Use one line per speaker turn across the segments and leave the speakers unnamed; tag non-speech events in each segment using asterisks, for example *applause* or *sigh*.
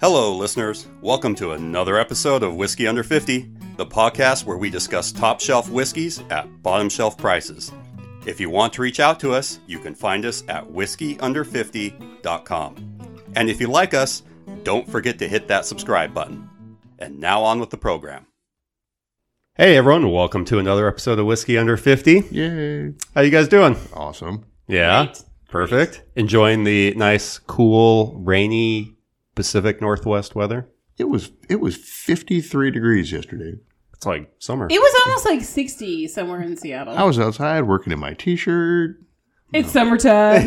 Hello, listeners. Welcome to another episode of Whiskey Under 50, the podcast where we discuss top shelf whiskeys at bottom shelf prices. If you want to reach out to us, you can find us at whiskeyunder50.com. And if you like us, don't forget to hit that subscribe button. And now on with the program. Hey everyone, welcome to another episode of Whiskey Under 50.
Yay.
How you guys doing?
Awesome.
Yeah. Perfect. Enjoying the nice, cool, rainy Pacific Northwest weather.
It was it was 53 degrees yesterday.
It's like summer.
It was almost like 60 somewhere in
Oh,
Seattle.
I was outside working in my t-shirt. *laughs*
*laughs*
it's summertime.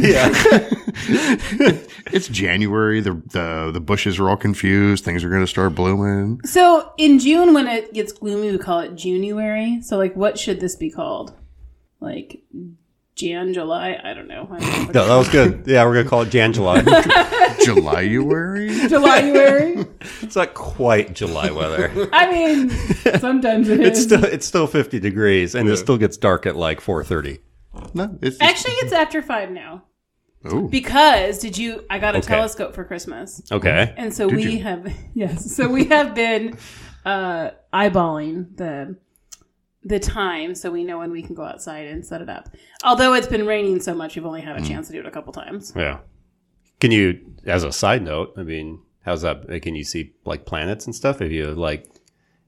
It's January. The the the bushes are all confused. Things are going to start blooming.
So in June, when it gets gloomy, we call it January. So, like, what should this be called? Like, Jan, July? I don't know.
*laughs*
I don't
No,
know.
that was good. Yeah, we're gonna call it Jan July.
Julyuary.
Julyuary?
*laughs* it's not quite July weather.
I mean, sometimes it
It's
is.
still it's still fifty degrees, and it still gets dark at like four thirty.
No, it's it's-
Actually, it's after five now.
oh,
Because, did you? I got a
Okay.
telescope for Christmas.
Okay.
And so we
you?
have *laughs* yes, so we have been uh, eyeballing the the time so we know when we can go outside and set it up. Although it's been raining so much, we've only had a chance to do it a couple times.
Yeah. Mm-hmm. Can you, as a side note, I mean, how's that? Can you see like planets and stuff? If you like,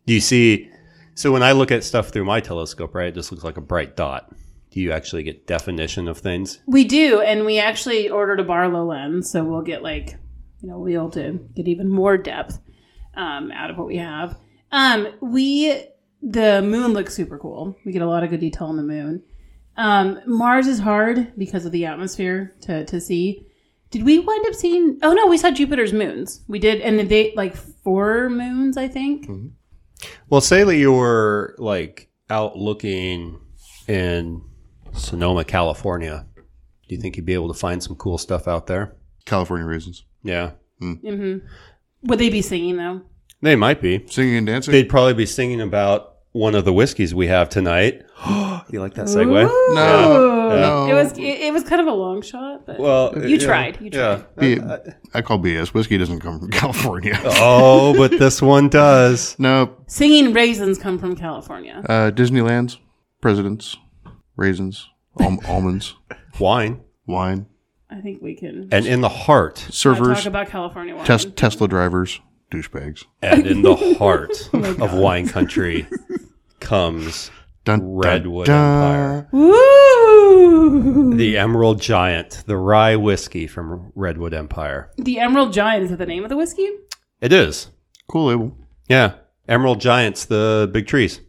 do you see? So when I look at stuff through my telescope, right, it just looks like a bright dot. Do you actually get definition of things?
We do, and we actually ordered a Barlow lens, so we'll get like you know we'll be able to get even more depth um, out of what we have. Um, we the moon looks super cool. We get a lot of good detail on the moon. Um, Mars is hard because of the atmosphere to, to see. Did we wind up seeing? Oh no, we saw Jupiter's moons. We did, and they like four moons, I think.
Well, say that you were like out looking in Sonoma, California. Do you think you'd be able to find some cool stuff out there?
California reasons.
Yeah,
Mm-hmm. Would they be singing though?
they might be.
Singing and dancing.
They'd probably be singing about one of the whiskeys we have tonight. *gasps* you like that segue?
Ooh.
No, no.
It was it, it was kind of a long shot, but
Well,
You tried, you tried.
B- I call BS. Whiskey doesn't come from *laughs* California.
*laughs*
oh, but this one does.
No,
Singing raisins come from California.
uh, Disneyland's presidents, raisins, alm- almonds,
Wine
wine,
I think we can
and in the heart,
talk
servers,
about California wine.
tes- Tesla drivers, douchebags.
and in the
*laughs*
heart
Oh
of wine country comes
Dun,
Redwood Empire,
Woo!
the Emerald Giant, the rye whiskey from Redwood Empire.
The Emerald Giant is that the name of the whiskey?
It is,
Cool label.
yeah. Emerald Giants, the big trees.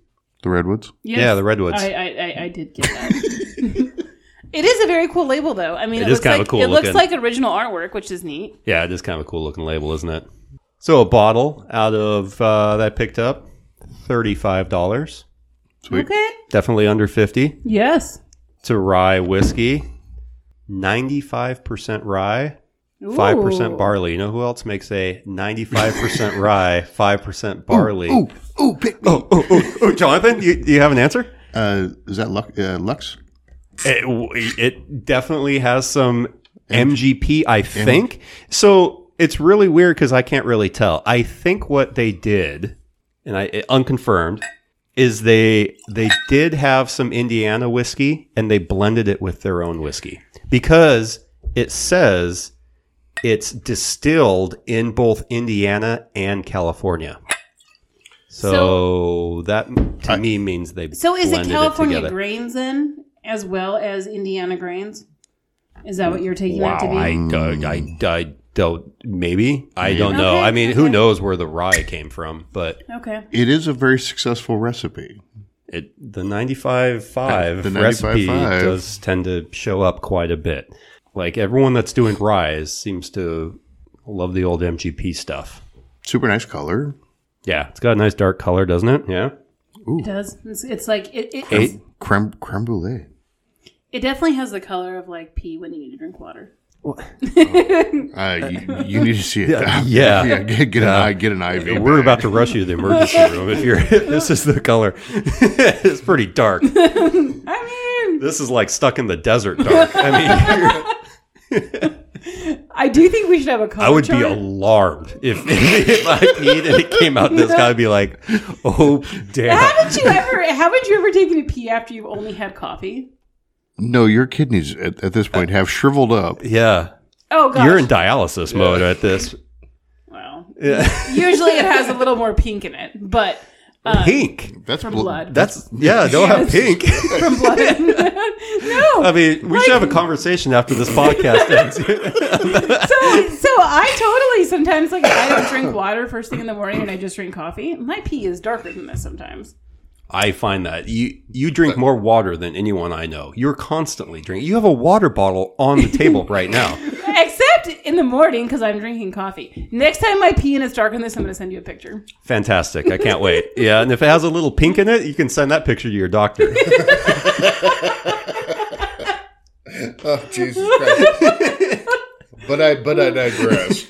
The Redwoods.
Yes.
Yeah, the redwoods.
I, I, I, I did get that. *laughs* it is a very cool label, though. I mean,
It is
it, looks
kind of
like
a cool
it looks
looking-
like original artwork, which is neat.
Yeah, it is kind of a cool looking label, isn't it? So a bottle out of uh, that I picked up, thirty five dollars.
Sweet.
Okay.
Definitely under fifty.
Yes.
to rye whiskey. 95% rye, 5%
Ooh.
barley. You know who else makes a 95% rye, 5% barley?
Ooh, ooh, pick me.
Oh, oh, oh, oh, Jonathan, you, do you have an answer?
Uh, is that Lux? Uh, Lux?
It, it definitely has some MGP, I think. So it's really weird because I can't really tell. I think what they did, and I it- unconfirmed, is they they did have some Indiana whiskey and they blended it with their own whiskey because it says it's distilled in both Indiana and California. So, that to me means they
So is it
blended
California
together.
grains then, as well as Indiana grains? Is that what you're taking
Wow,
that to be?
I, don't- I, I don't. Mm. Maybe I don't know.
Okay,
I mean, who
okay.
knows where the rye came from? But
okay.
It is a very successful recipe.
it the ninety five five
The
recipe
95.5.
does tend to show up quite a bit. Like everyone that's doing rye is- seems to love the old MGP stuff.
Super nice color.
Yeah, it's got a nice dark color, doesn't it? Yeah.
It does. It's, it's like it, it,
Eight.
Creme, creme brulee.
it definitely has the color of like pee when you need to drink water.
Uh, you, you need to see it. *laughs* Yeah,
*laughs* yeah.
get, get an eye. Get an IV.
We're about to rush
*laughs*
you to the emergency room if you're. *laughs* this is the color. *laughs* it's pretty dark.
I
*laughs*
mean,
This is like stuck in the desert dark. I mean,
I do think we should have a color
I would be
chart.
alarmed if, *laughs* if I peed and it came out this guy would be like, oh, damn.
haven't you ever? Haven't you ever taken a pee after you've only had coffee?
No, your kidneys at, at this point have shriveled up.
Yeah.
Oh gosh.
You're in dialysis mode at this.
well,
Yeah.
usually
*laughs*
it has a little more pink in it, but
pink.
That's
from
blo-
blood.
That's, yeah, don't have pink. *laughs*
from *laughs* blood. no.
I mean, we should have a conversation after this podcast ends. *laughs*
so so I totally sometimes like if I don't drink water first thing in the morning and I just drink coffee. My pee is darker than this sometimes.
I find that you you drink more water than anyone I know. You're constantly drinking. You have a water bottle on the table right now.
Except in the morning because I'm drinking coffee. Next time I pee and it's dark on this, I'm going to send you a picture.
Fantastic. I can't wait. Yeah, and if it has a little pink in it, you can send that picture to your doctor.
*laughs* Oh, Jesus Christ.
*laughs*
but I but I digress.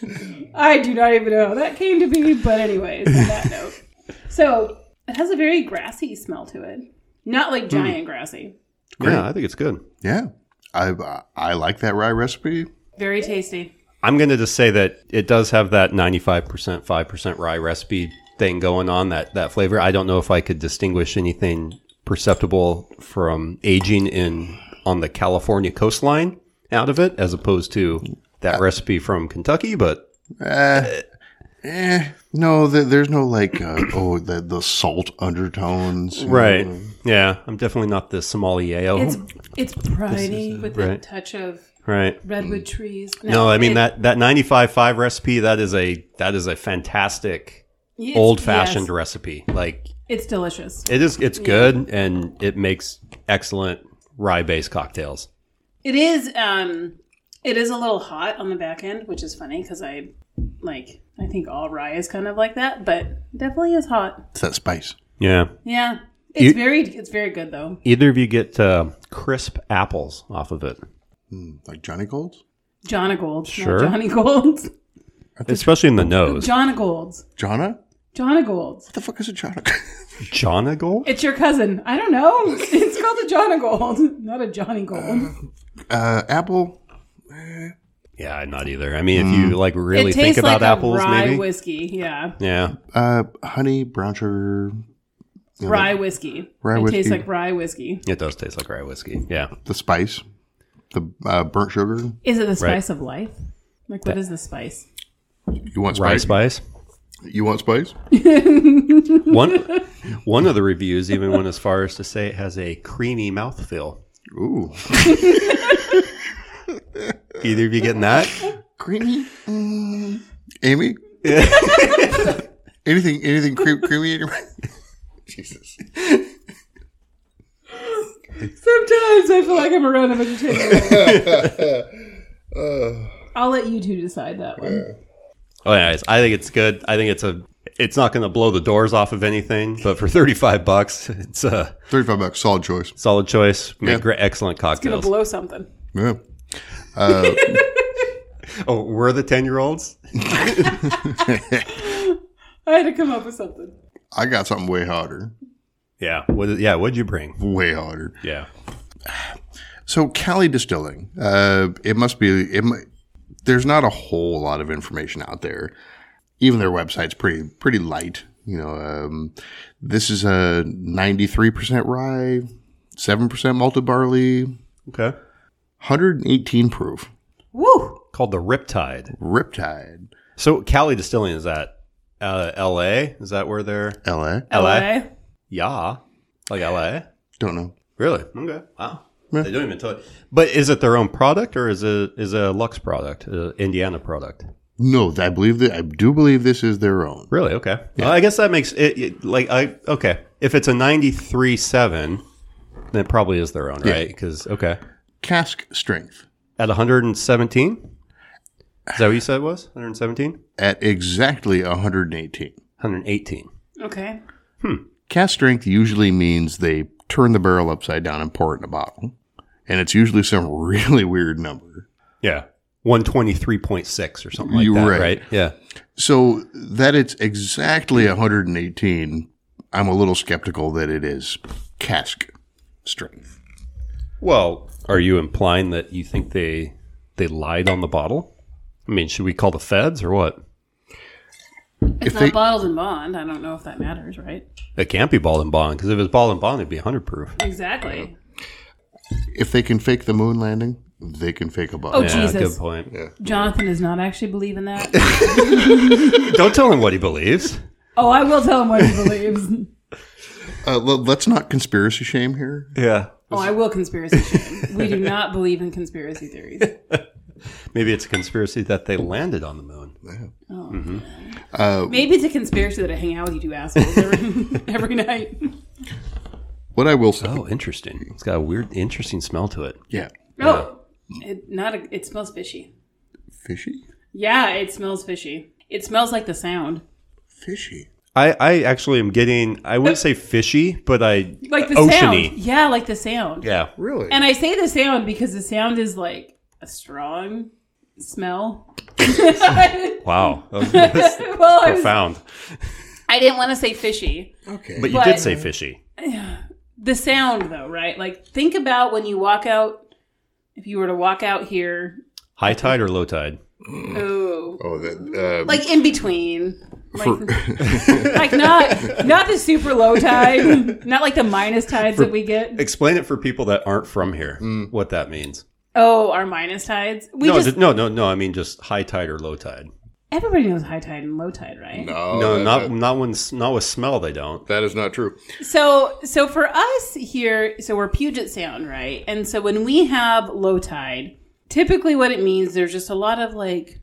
I do not even know how that came to be, but anyways, on
*laughs*
that note. So it has a very grassy smell to it. Not like
Hmm.
giant grassy.
yeah, I think it's good.
Yeah. I I like that rye recipe.
Very tasty.
I'm going to just say that it does have that 95% 5% rye recipe thing going on that that flavor. I don't know if I could distinguish anything perceptible from aging in on the California coastline out of it as opposed to that recipe from Kentucky, but
Uh, eh, no, the, there's no like uh, *clears throat* oh the the salt undertones.
right. Mm-hmm. Yeah, I'm definitely not the sommelier.
It's it's briny with a
uh, right.
touch of
right.
redwood trees.
No, I mean
it-
that that 95 5 recipe that is a that is a fantastic
it's-
old fashioned
yes,
recipe. Like
it's delicious.
It is. It's good, and it makes excellent rye-based cocktails.
It is um it is a little hot on the back end, which is funny because I like I think all rye is kind of like that, but definitely is hot.
It's that spice.
Yeah.
Yeah. It's
You-
very it's very good though.
Either of you get uh, crisp apples off of it,
Like Johnny Gold's?
John Gold,
Sure.
sure. Johnny Gold.
especially in the nose.
John Golds.
Jonna? What
John Golds.
the fuck is a Jonna? *laughs*
Jonagold?
It's your cousin. I don't know. *laughs* It's called a John Gold, *laughs* not a Johnny Gold.
uh, apple?
Yeah, not either. I mean, if you like really
it
think
tastes
about
like
apples,
a rye
maybe.
whiskey. Yeah,
yeah.
Uh, honey, brown sugar. you know,
rye whiskey.
Rye
it
whiskey.
tastes like rye whiskey.
It does taste like rye whiskey. Yeah.
The spice. The uh, burnt sugar.
Is it the spice of life? Like, what is the spice?
You want
Rye
spice?
spice.
You want spice?
One one of the reviews even went as far as to say it has a creamy mouthfeel.
Ooh.
Either of you getting
*laughs*
that?
creamy? Mm. Amy? *laughs* anything anything cre- creamy in your mouth? *laughs* Jesus.
Sometimes I feel like I'm around a vegetarian. *laughs* I'll let you two decide that one.
Oh, anyways, I think it's good. I think it's a. It's not going to blow the doors off of anything, but for thirty-five bucks, it's uh, a
35 bucks. Solid choice.
solid choice. Make
Yeah.
great, excellent
Gonna
cocktails.
blow something.
Yeah.
oh, we're the ten-year-olds.
I had to come up with something.
I got something way hotter.
Yeah. What? Yeah. What'd you bring?
Way hotter.
Yeah.
So Cali Distilling, uh, it must be. It mi- there's not a whole lot of information out there. Even their website's pretty pretty light. You know, um, this is a 93% rye, 7% malted barley,
Okay.
118 proof,
Woo!
Called the Riptide.
Riptide,
So Cali Distilling is that uh, L.A. Is that where they're?
LA.
LA? Yeah. Like L.A.
Don't know.
Really? Okay. Wow. They don't even tell you. But is it their own product or is it is it a Lux product, uh, Indiana product?
No, I believe that I do believe this is their own.
Really? Okay. Well, I guess that makes it, it- like I okay. If it's a ninety-three seven, then it probably is their own, right? Because okay,
Cask strength
at one hundred and seventeen. Is that what you said it was? 117?
at exactly 118.
118.
Okay.
Cast strength usually means they turn the barrel upside down and pour it in a bottle. And it's usually some *laughs* really weird number.
Yeah. 123.6 or something like
You're
that,
right.
right. Yeah.
So that it's exactly 118, I'm a little skeptical that it is cask strength.
Well, are you implying that you think they they lied on the bottle? I mean, should we call the feds or what?
It's
If
not
they-
bottled in bond. I don't know if that matters, right?
It can't be ball and bond because if it's ball and bond, it'd be 100 proof.
Exactly.
If they can fake the moon landing, they can fake a bomb.
Oh,
Yeah,
Jesus.
good point.
Jonathan does not actually believe in that. *laughs*
Don't tell him what he believes.
oh, I will tell him what he
*laughs*
believes.
Uh, l- let's not conspiracy shame here.
Yeah.
Oh, I will conspiracy shame. We do not believe in
*laughs*
conspiracy theories.
Maybe it's a conspiracy that they landed on the moon. Oh.
Maybe it's a conspiracy that I hang out with you two assholes every, *laughs* every night.
What I will say,
Oh, interesting. It's got a weird, interesting smell to it.
yeah,
Oh, it, not a, it smells fishy.
fishy,
Yeah, it smells fishy. It smells like the sound.
fishy.
I, I actually am getting, I wouldn't say fishy, but I.
Like the
Oceany.
sound. Yeah, like the sound.
Yeah.
Really?
And I say the sound because the sound is like a strong
*laughs*
smell. *laughs*
Wow. That was- that was
well, I, was-
profound.
I didn't want to say fishy.
okay.
But you
But-
did say fishy.
The sound, though, right? Like, think about when you walk out. If you were to walk out here,
High tide or low tide?
oh,
oh, that, uh,
like in between, like,
for-
*laughs* like not not the super
*laughs*
low tide, not like the minus tides that we get.
Explain it for people that aren't from here what that means.
Oh, our minus tides. We
no,
just
d- no, no, no. I mean just high tide or low tide.
everybody knows high tide and low tide, right?
no,
oh, that-
not
that-
not when s- not with smell. They don't.
that is not true.
So, so for us here, so we're Puget Sound, right? And so when we have low tide, typically what it means there's just a lot of like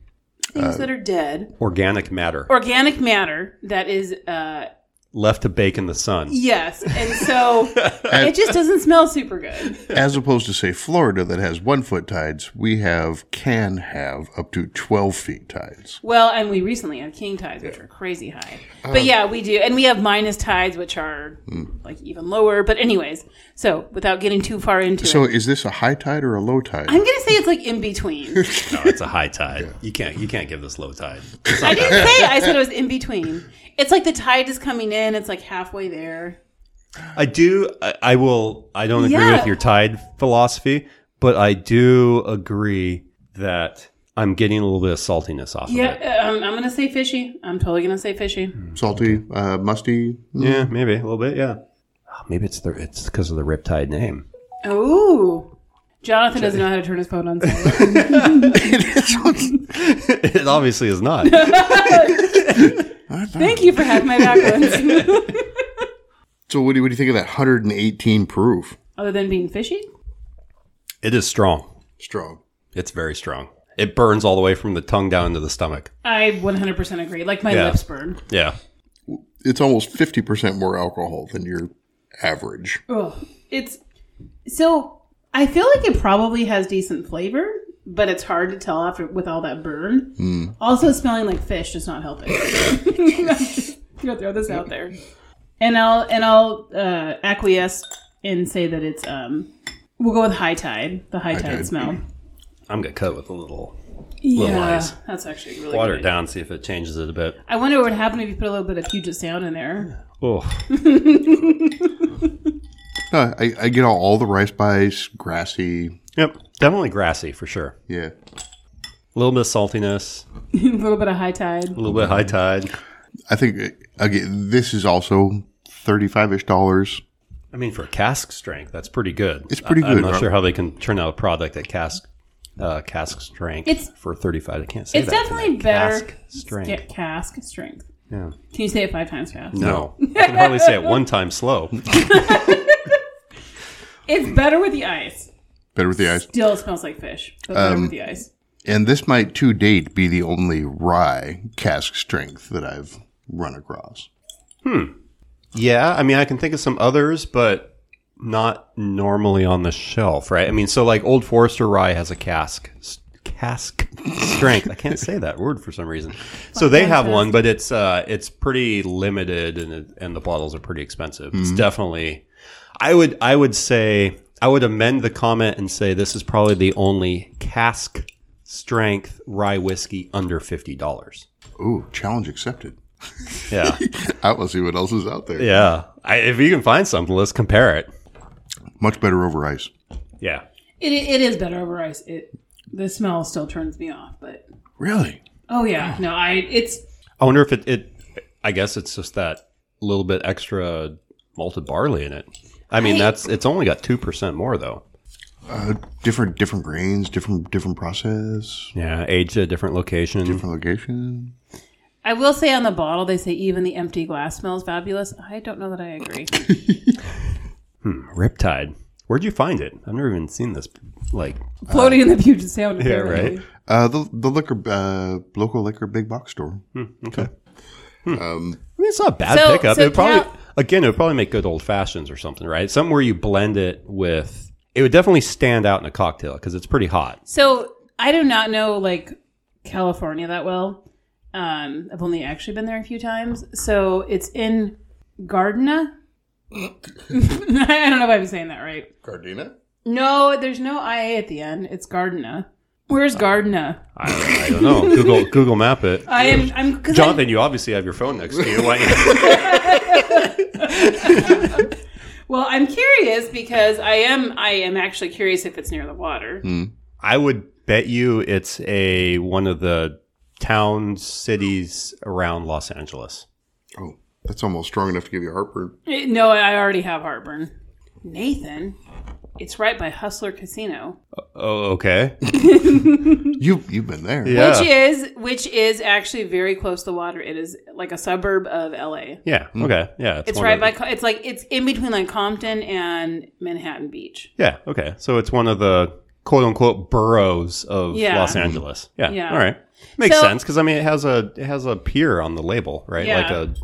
things
Uh,
that are dead,
Organic matter
organic matter that is, uh,
left to bake in the sun.
*laughs* yes, and so it just doesn't smell super good.
As opposed to say Florida that has one foot tides, we have can have up to twelve feet tides.
Well, and we recently had king tides, which are crazy high. but yeah, we do. And we have minus tides, which are like even lower. But, anyways, so without getting too far into
So
it,
is this a high tide or a low tide?
I'm going to say it's like in between.
No, it's a high tide. You can't you can't give this low tide.
I didn't say it. I said it was in between. It's like the tide is coming in. It's like halfway there.
I do. I, I will. I don't agree
Yeah.
with your tide philosophy, but I do agree that I'm getting a little bit of saltiness off
Yeah,
of it.
uh, um, I'm gonna say fishy. I'm totally gonna say fishy.
Salty, uh, musty.
Yeah, *laughs* maybe a little bit. Yeah. Oh, Maybe it's the it's because of the riptide name.
Oh, Jonathan doesn't know how to turn his phone on.
*laughs*
silent.
it obviously is
*laughs*
not.
Thank you for having my back once.
So what do, what do you think of that 118 proof?
Other than being fishy,
it is strong.
Strong.
It's very strong. It burns all the way from the tongue down into the stomach.
I 100% agree. Like my
Yeah.
lips burn.
Yeah.
It's almost 50% more alcohol than your average.
Ugh. It's so I feel like it probably has decent flavor, but it's hard to tell after with all that burn.
Hmm.
Also, smelling like fish does not *laughs* help it. I'm gonna throw this out there, and I'll and I'll uh, acquiesce and say that it's um we'll go with high tide, the high, tide,
tide.
smell.
I'm gonna cut with a little
Yeah,
eyes.
that's actually a really
water
good
it down, see if it changes it a bit.
idea. I wonder what would happen if you put a little bit of Puget Sound in there.
*laughs*
*laughs*
Oh,
No, Uh, I, I get all, all the rice bites, grassy.
yep, definitely grassy for sure.
Yeah.
A little bit of saltiness,
a little bit of high tide.
a little bit of high tide.
I think, uh, again, this is also 35 ish dollars.
I mean, for cask strength, that's pretty good.
It's pretty
I- I'm
good,
not
huh?
sure how they can turn out a product at cask uh, cask strength
It's-
for 35. I can't say
it's
that
definitely
tonight.
better-
Cask strength.
Get cask strength.
Yeah.
Can you say it five times fast?
No, I can hardly say it one time slow.
It's better with the ice.
Better with the ice.
Still smells like fish, but better
Um,
with the ice.
And this might, to date, be the only rye cask strength that I've run across.
*laughs* Yeah, I mean, I can think of some others, but not normally on the shelf, right? I mean, so like Old Forester rye has a cask s- cask *laughs* strength. I can't say that word for some reason. So they have one, but it's uh it's pretty limited and it- and the bottles are pretty expensive. It's definitely I would I would say I would amend the comment and say this is probably the only cask strength rye whiskey under $50.
Ooh, challenge accepted. *laughs*
Yeah.
I will see what else is out there.
yeah. I, if you can find something, let's compare it.
Much better over ice.
Yeah.
It, it is better over ice. It the smell still turns me off, but
Really?
Oh
*sighs*
yeah, no, I it's
I wonder if it, it I guess it's just that little bit extra malted barley in it. I mean,
Right.
that's it's only got 2% more though.
Uh, different different grains, different different process,
Yeah, aged at a different location.
different location.
I will say on the bottle they say even the empty glass smells fabulous. I don't know that I
*laughs*
agree.
Riptide. Where'd you find it? I've never even seen this like
Floating in the Puget Sound.
yeah,
apparently.
right.
Uh, the the liquor uh, local liquor big box store.
Hmm, okay. Hmm.
Um,
I mean, it's not a bad
So-
pickup.
so
it would probably
Cal-
again, it would probably make good old fashions or something, right? Something where you blend it with. It would definitely stand out in a cocktail because it's pretty hot.
So I do not know like California that well. Um, I've only actually been there a few times. So it's in Gardena. *laughs* I don't know if I'm saying that right.
Gardena.
No, there's no IA at the end. It's Gardena. Where's Gardena?
I, I don't know. Google Google Map
*laughs*
it.
I am. I'm. 'cause I'm-
Jonathan, you obviously have your phone next to you. Why-
well, I'm curious because I am. I am actually curious if it's near the water.
I would bet you it's a one of the towns, cities around Los Angeles.
Oh, that's almost strong enough to give you heartburn.
Eh, No, I already have heartburn. Nathan, it's right by Hustler Casino.
Oh, okay.
You you've been there.
Mm. Yeah.
Which is which is actually very close to the water. It is like a suburb of LA.
yeah. Okay. Yeah.
It's
one
right
of-
by. Co- It's like it's in between like Compton and Manhattan Beach.
Yeah. Okay. So it's one of the quote unquote boroughs of
Yeah.
Los Angeles. Yeah.
Yeah.
All right. Makes
So-
sense because I mean it has a it has a pier on the label, right?
Yeah.
Like a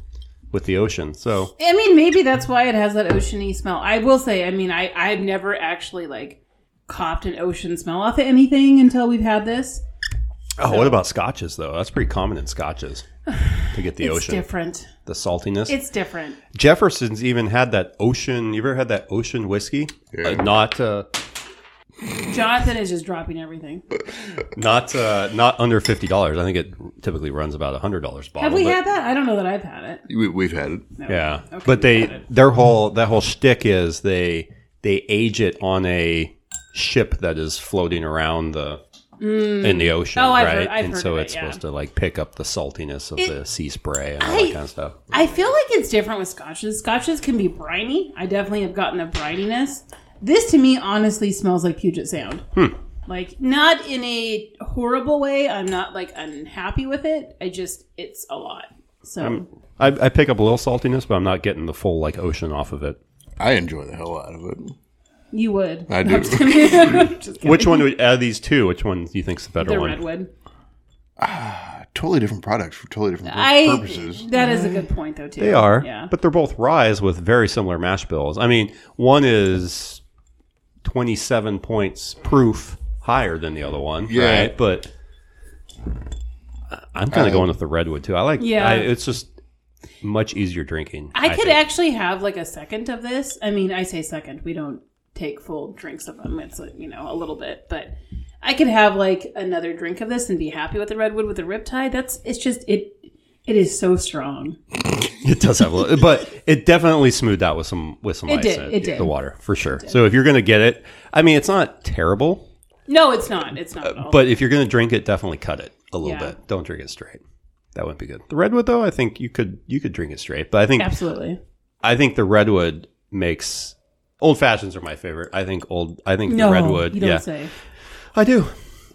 with the ocean. So
I mean, maybe that's why it has that oceany smell. I will say, I mean, I I've never actually like copped an ocean smell off of anything until we've had this.
oh, what about scotches though? That's pretty common in scotches to get the
it's
ocean,
different.
the saltiness.
It's different.
Jefferson's even had that ocean. You ever had that ocean whiskey?
Yeah.
Uh, not uh,
Jonathan is just dropping everything.
not uh, not under fifty dollars. I think it typically runs about hundred dollars bottle.
Have we
but-
had that? I don't know that I've had it.
We, we've had it.
Yeah, but they their whole that whole shtick is they they age it on a ship that is floating around the in the ocean,
Oh, I've
right?
heard- I've
and
heard
so
of it,
it's supposed to
yeah.
like pick up the saltiness of the sea spray and all
I-
that kind of stuff.
I feel like it's different with scotches. Scotches can be briny. I definitely have gotten a brininess. This to me honestly smells like Puget Sound. Like not in a horrible way. I'm not like unhappy with it. I just it's a lot. So
I, I pick up a little saltiness, but I'm not getting the full like ocean off of it.
I enjoy the hell out of it.
you would.
I do.
Just kidding.
Which one would out of these two? Which one do you think's the better
the
one?
redwood.
totally different products for totally different pur-
I
purposes.
that is a good point though too.
They are,
Yeah.
but they're both ryes with very similar mash bills. I mean, one is twenty-seven points proof higher than the other one,
Yeah.
right? But I'm kind of going with the redwood too. I like, yeah,
Yeah.
I, it's just much easier drinking.
I could
think.
actually have like a second of this. I mean, I say second. We don't take full drinks of them. It's like, you know a little bit, but I could have like another drink of this and be happy with the redwood with the riptide. That's it's just it. It is so strong.
it does have a little, but it definitely smoothed out with some with some
It
ice
did,
in
it did.
the water for sure. So if you're gonna get it, I mean, it's not terrible,
No, it's not. It's not at all.
But if you're gonna drink it, definitely cut it a little
Yeah.
bit. Don't drink it straight. That wouldn't be good. The redwood, though, I think you could you could drink it straight. But I think
Absolutely.
I think the redwood makes old fashions are my favorite. I think old I think
No,
the redwood.
You don't
yeah,
say. *laughs*
I do.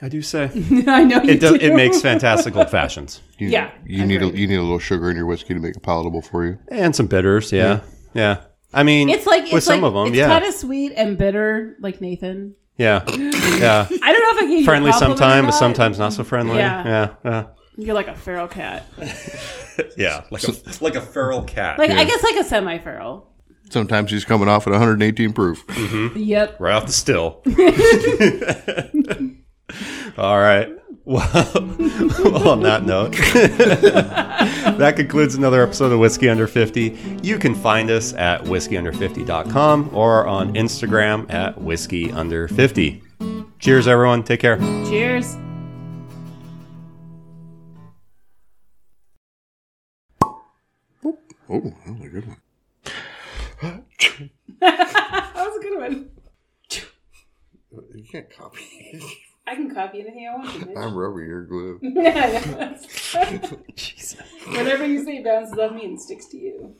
I do say
I know *laughs* you
it does.
do.
It makes fantastic old fashions
You,
Yeah,
you need a, you need a little sugar in your whiskey to make it palatable for you.
and some bitters. Yeah, yeah. I mean,
It's like
with
it's
some
like,
of them,
It's
yeah,
kind of sweet and bitter, like Nathan.
yeah,
*laughs*
yeah.
I don't know if I can. give you a
friendly
compliment or
sometimes, but
not.
sometimes not so friendly.
Yeah.
Yeah, yeah,
You're like a feral cat.
yeah. Like a like a feral cat.
Like I guess like a semi-feral.
Sometimes he's coming off at 118 proof.
Yep.
right off the
*laughs*
still. All right. Well, *laughs* well, on that note, *laughs* that concludes another episode of Whiskey Under 50. You can find us at whiskeyunder50.com or on Instagram at whiskeyunder50. Cheers, everyone. Take care.
Cheers.
Oh, that was a good one.
That was a good one.
You can't copy. *laughs*
I can copy anything I want to. *laughs* bitch.
I'm rubber, you're glue.
Yeah, I know. *laughs*
Jesus.
Whatever you say bounces off me and sticks to *laughs* you.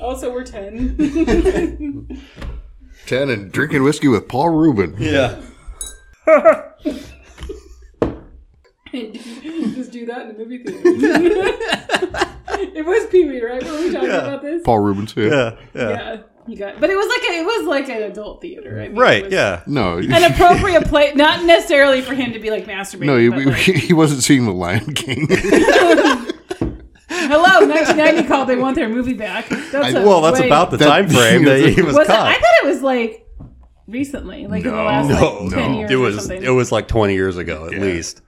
also, we're 10.
*laughs* Ten and drinking whiskey with Paul Rubin.
Yeah.
Just do that in the movie theater. *laughs* it was Pee Wee, right? Were we talking about this?
Paul Rubin's here.
Yeah. *laughs* Yeah.
Yeah, you got. But it was like a, it was like an adult theater, I mean, it
Right.
was
Yeah.
No,
An appropriate place, not necessarily for him to be like
*laughs*
masturbating.
no, he,
but,
*laughs*
like,
he, he wasn't seeing the Lion King.
hello, 1990 called. They want their movie back. That's a
Well, that's
way-
about the
That-
time frame that he was,
Was it, I
caught.
thought it was like recently, like in the
No.
last
No,
like, ten
no.
years
it
or
was
something.
it was like 20 years ago at
Yeah.
least.